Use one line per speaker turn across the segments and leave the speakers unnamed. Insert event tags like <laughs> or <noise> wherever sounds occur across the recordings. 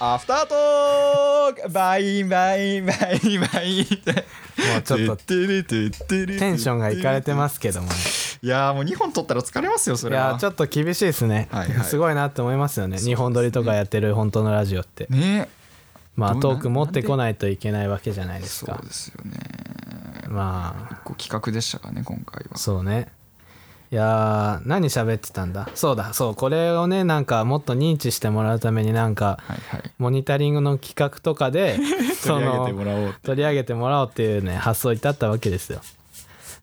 アフタートークバインバインバインバインって
もうちょっと
テレテレテレ
テンションがいかれてますけどもね
いやーもう2本取ったら疲れますよそ
い
れ
や
は
ーちょっと厳しいですね、
はいはい
すごいなって思いますよね日本撮りとかやってる本当のラジオって、
ね
まあ
どう
トーク持ってこないといけないわけじゃないです
そう
か
ですよね
ま
こう企画でしたからね今回
あ
は
そうねいやー何喋ってたんだそうだそうこれをねなんかもっと認知してもらうためになんか
はいはい
モニタリングの企画とかでそ
<laughs> 取り上げ
の
てもらおう
取り上げてもらおうっていうね発想に至ったわけですよ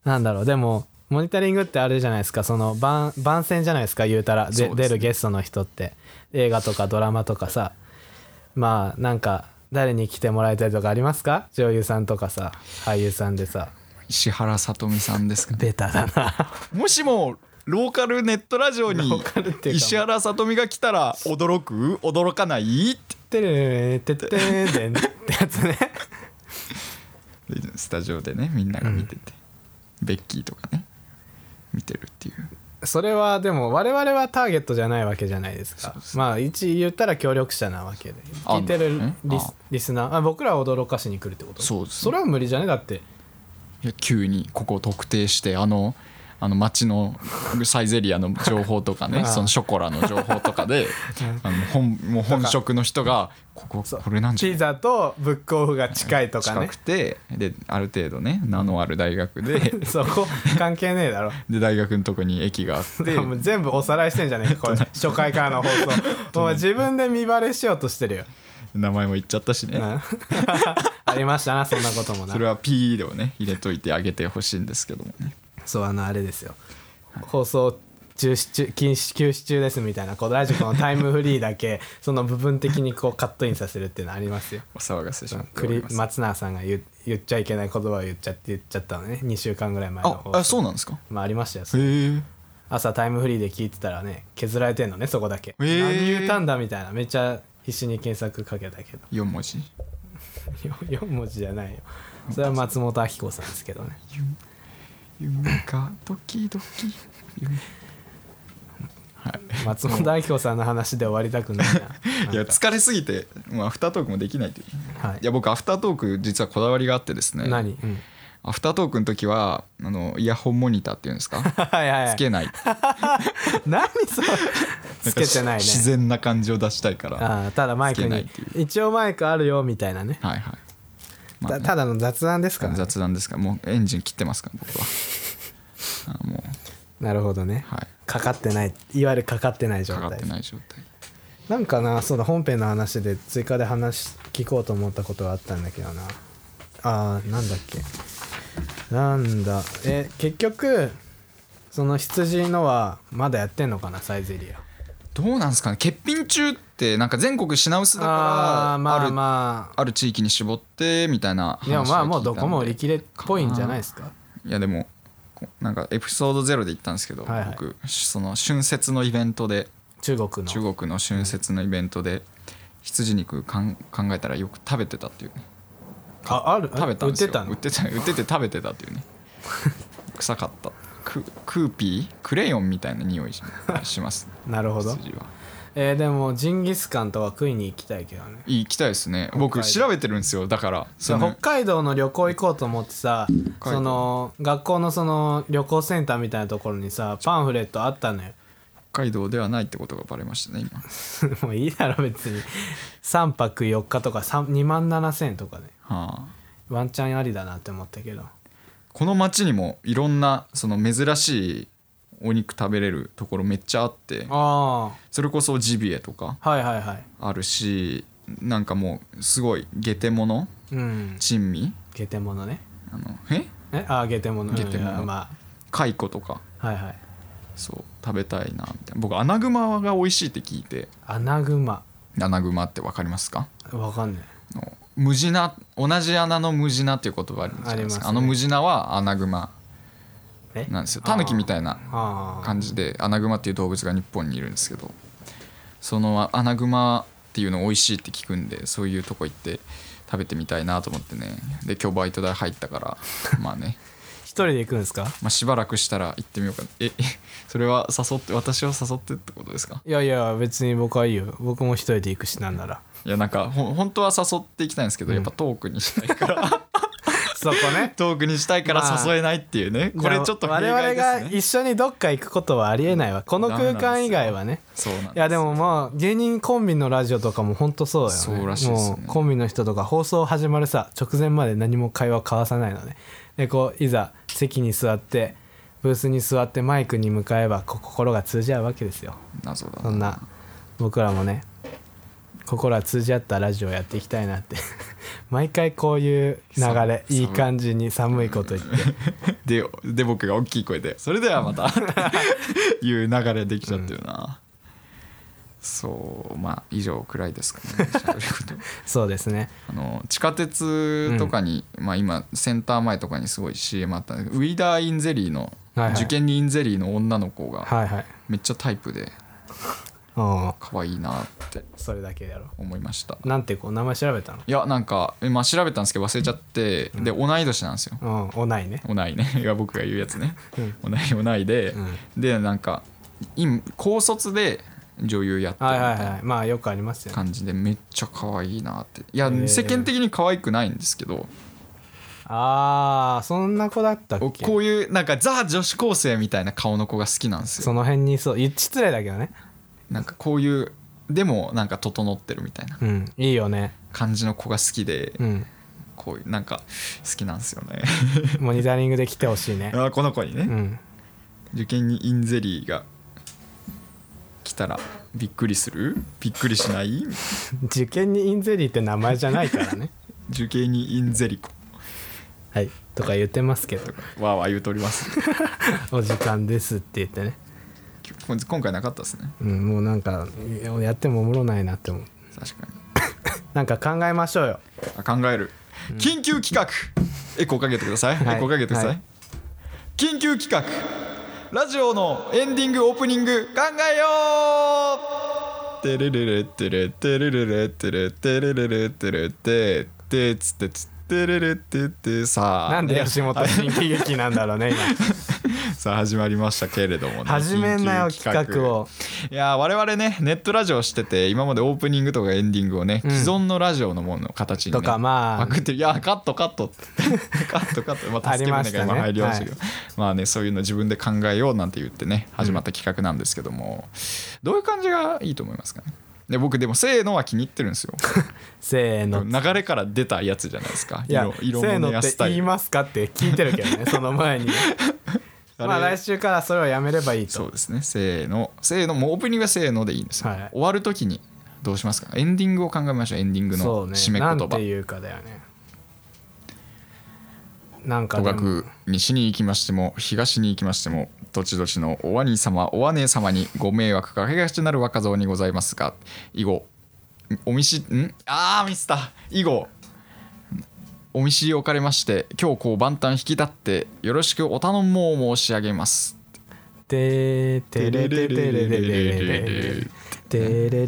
なんだろうでもモニタリングってあれじゃないですかその番番宣じゃないですか言うたらで
そうですね
出るゲストの人って映画とかドラマとかさまあなんか誰に来てもらいたいとかありますか女優さんとかさ俳優さんでさ
石原さとみさんですかね
ベタだな
もしもローカルネットラジオに
ローカルっていうか
石原さとみが来たら驚く驚かないって
<laughs> てるれてってーでんってやつね
スタジオでねみんなが見てて、ベッキーとかね見てるっていう
それはでも我々はターゲットじゃないわけじゃないですか
そうです
まあ一言ったら協力者なわけで
あ
聞いてる
な
リ
るほどね
ス
あ
リスナーあ僕らを驚かしに来るってこと
そうですね
れは無理じゃねだって
いや急にここを特定してあのあの街のサイゼリアの情報とか <laughs>
あ
ね
あ
そのショコラの情報とか <laughs> であの本もう本職の人がここ
そう
これなんじゃ
ピ
ない
ザとブックオフが近いとか
近
ね
くてである程度ね名のある大学 <laughs> で
そこ関係ねえだろ
で大学のとこに駅があ <laughs> って
もう全部おさらいしてんじゃねえかこれ初回からの放送もう自分で見バレしようとしてるよ、
名前も言っちゃったし
う
ね
ん <laughs> ありましたなそんなこともな
それは P でをね入れといてあげてほしいんですけどもね
そうあのあれですよ放送中止中禁止休止中ですみたいなこうラジコのタイムフリーだけ <laughs> その部分的にこうカットインさせるっていうのありますよ
お騒がせしまって
ク
おり
リ
ます
松永さんが言う言っちゃいけない言葉を言っちゃって言っちゃったのね2週間ぐらい前の
あ
放
あ
送
そうなんですか
まあありましたよ
へえ
朝タイムフリーで聞いてたらね削られてんのねそこだけ、
へー
何言ったんだみたいなめっちゃ必死に検索かけたけど <laughs>
4文字
4文字じゃないよそれは松本明子さんですけどね
夢かドキドキ夢はい
松本明子さんの話で終わりたくないな
いや
なんか
疲れすぎてもうアフタートークもできないという <laughs>
はい
いや僕アフタートーク実はこだわりがあってですね
何、うん、
アフタートークの時はあのイヤホンモニターっていうんですか
<laughs> はいはい、は
つ
い、
けない
<laughs> 何それ <laughs> つけてないね
自然な感じを出したいから
ああただマイク
つけないっ
に
てい
一応マイクあるよみたいなね,、
はいはい、まあね
たただの雑談ですから、ね、
雑談ですからもうエンジン切ってますから
<laughs>
僕はあもう
なるほどね、
はい
かかってないいわゆるかかってない状
かか
態
って
ですな
ない状態
んかなそうだ本編の話で追加で話聞こうと思ったことがあったんだけどなあーなんだっけなんだえ結局その羊のはまだやってんのかなサイゼリア
どうなんですかね欠品中ってなんか全国品薄だから
ああーま
あ
あ
る
ま
ある地域に絞ってみたいな
あでもまあもうどこも売
い
り切れっぽいんじゃないですか
いやでもこなんかエピソードゼロで言ったんですけど、
はいはい
僕その春節のイベントで
中国の
中国の春節のイベントで羊肉かん考えたらよく食べてたっていうね
あある
食べたんですよ
売ってたの
売ってた売ってて食べてたっていう
<laughs>
ね臭かったククーピークレヨンみたいな匂いしします
なるほど、
羊は
えー、でもジンギスカンとか食いに行きたいけどね
行きたいですね僕
北海道
調べてるんですよだからそ
北
の
海道の旅行行こうと思ってさ
北海道
その学校のその旅行センターみたいなところにさパンフレットあったのよ <laughs>
北海道ではないってことがバレましたね今
もういいだろ別に3泊4日とか2万7000円とかね
はあ
ワンチャンありだなって思ったけど
この町にもいろんなその珍しいお肉食べれるところめっちゃあって
あ
それこそジビエとか
あはいはいはい
あるしなんかもうすごいゲテモノ
うん
珍味
ゲテモノね
あのえ
えああゲテモノ
ゲテモノ
うんま
蚕とか
あはいはい
そう食べたいなみたいな僕アナグマが美味しいって聞いて
アナグマ
アナグマって分かりますか
わかんない
あのムジナ同じ穴のムジナっていう言葉あるんじゃないですか
あ
あ
りま
の
すね
ムジナはアナグマ
え
なんですよタヌキみたいな
ああ
感じでアナグマっていう動物が日本にいるんですけどそのアナグマっていうの美味しいって聞くんでそういう
<laughs>
とこ行って食べてみたいなと思ってねで今日バイト代入ったからまあね
一人で行くんですか
まあ、しばらくしたら行ってみようかなえ <laughs> それは誘って私を誘ってってことですか
いやいや別に僕はいいよ僕も一人で行くしなんなら
いやなんかほ本当は誘っていきたいんですけど、
うん
やっぱトークにしたいから <laughs>
そこね
トークにしたいから誘えないっていうね、 <laughs> これちょっと
我
弊
々
害です
が
ね
一緒にどっか行くことはありえないわこの空間以外はね
そうなんです
いやでもまあ芸人コンビのラジオとかも本当そうだよね
そうらしいですよね
もうコンビの人とか放送始まるさ直前まで何も会話交わさないのねでこういざ席に座ってブースに座ってマイクに向かえばこう心が通じ合うわけですよ
謎だ
そんな僕らもね心が通じ合ったラジオやっていきたいなって <laughs> 毎回こういう流れ
寒い
いい感じに寒いこと言って
でで僕が大きい声で「それではまた」
<laughs>
っていう流れできちゃってるな、そうまあ以上くらいですかね喋る
<laughs>
こと
そうですね
あの地下鉄とかに、まあ、今センター前とかにすごい CM あったんだけどウィダー・インゼリーの、
はいはい
受験にインゼリーの女の子が
はいはい
めっちゃタイプで
うん
可愛いなって
それだけだろ
思いました
なんてこう名前調べたの
いやなんか、えまあ、調べたんですけど忘れちゃって、で同い年なんですよ
うんおないね
おないねいや僕が言うやつね、おないおないで、
う
でなんか今高卒で女優やってるみ
は
た
い
い
はい
な
はいまあよくありますよね
感じでめっちゃ可愛いなっていや
ー
世間的に可愛くないんですけど
ああそんな子だったっ
お
け
こういうなんかザ女子高生みたいな顔の子が好きなんです
そ
よ
の辺にそうい失礼だけどね
なんかこういうでもなんか整ってるみたいな
うんいいよね
感じの子が好きで、
うん
こういうなんか好きなんですよね
モニタリングで来てほしい <laughs> ね
あこの子にね、
うん
受験にインゼリーが来たらびっくりするびっくりしない
受験にインゼリーって名前じゃないからね
受験にインゼリコ
はいとか言ってますけど
とかわーわー言うとおります
お時間ですって言ってね
今 <laughs> 今回なかったですね
うんもうなんかやってもおもろないなって思う
確かに
なんか考えましょうよ
あ考える緊急企画エコーかけてください、
はい
エコーかけてください、
はい
緊急企画ラジオのエンディングオープニング考えようてれれれてれてれれれてれてれれれてれててつってつってれれててさあ
なんで
ね
吉本新喜劇なんだろうね今
さあ始まりましたけれどもね
始めんなよ
緊急
企画を
いやー我々ねネットラジオをしてて今までオープニングとかエンディングをね、
ん
既存のラジオのものの形 <laughs> に、ね、
とかまあ
パクってるいやーカットカットって <laughs> カットカットまた
ありましたね
今入りましたけど、まあねそういうの自分で考えようなんて言ってね始まった企画なんですけども、どういう感じがいいと思いますかねで僕でも「せーの」は気に入ってるんですよ
せーの
流れから出たやつじゃないですか
いや
色
「せ
色も
ーの」
ねや
って
スタ
言
イ
い
ル
ますかって聞いてるけど
<laughs>
ねその前にまあ
あれ
来週からそれをやめればいい
そ
と
うですねせーのせーのもうオープニングはせーのでいいんですよ、
はい
終わる時にどうしますかエンディングを考えましょうエンディング
そ
の
うね
締め
な
言
ん
葉
ていうかだよねなんか
と
で
か
も
く西に行きましても東に行きましてもどちどちのお兄様お姉様にご迷惑かけがちとなる若造にございますが以後お見しんあーミスった以後お見知りおかれまして今日こう万端引き立ってよろしくお頼もう申し上げます
てーてれれれれれれれれてれれれれ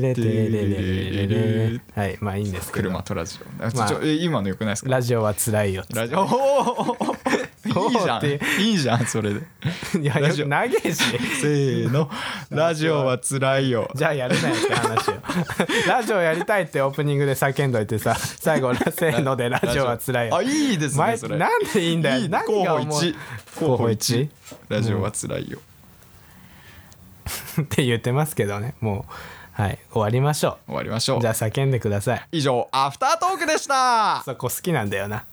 れれれれはいまあいいんですけど
車とラジオ、
まあ
ちょえ今のよくないですか
ラジオは辛いよ
ラジオおーいいじゃん
そうって
いいじゃんそれで
いや
ラ
よ
ジ
く
オ
長いし
せーのラジオはつらいよ
じゃあやれないって話よラジオやりたいってオープニングで叫んどいてさ最後「せーの」で「ラジオは辛いよ
あ」いいですね
前
それ
なんでいいんだ
い
よ
い
何が
候補
思う
一
候補一
ラジオはつらいよ、
って言ってますけどねもうはい終わりましょ
終わりましょ
う
う
じゃあ叫んでください
以上アフタートークでした
そこ好きなんだよな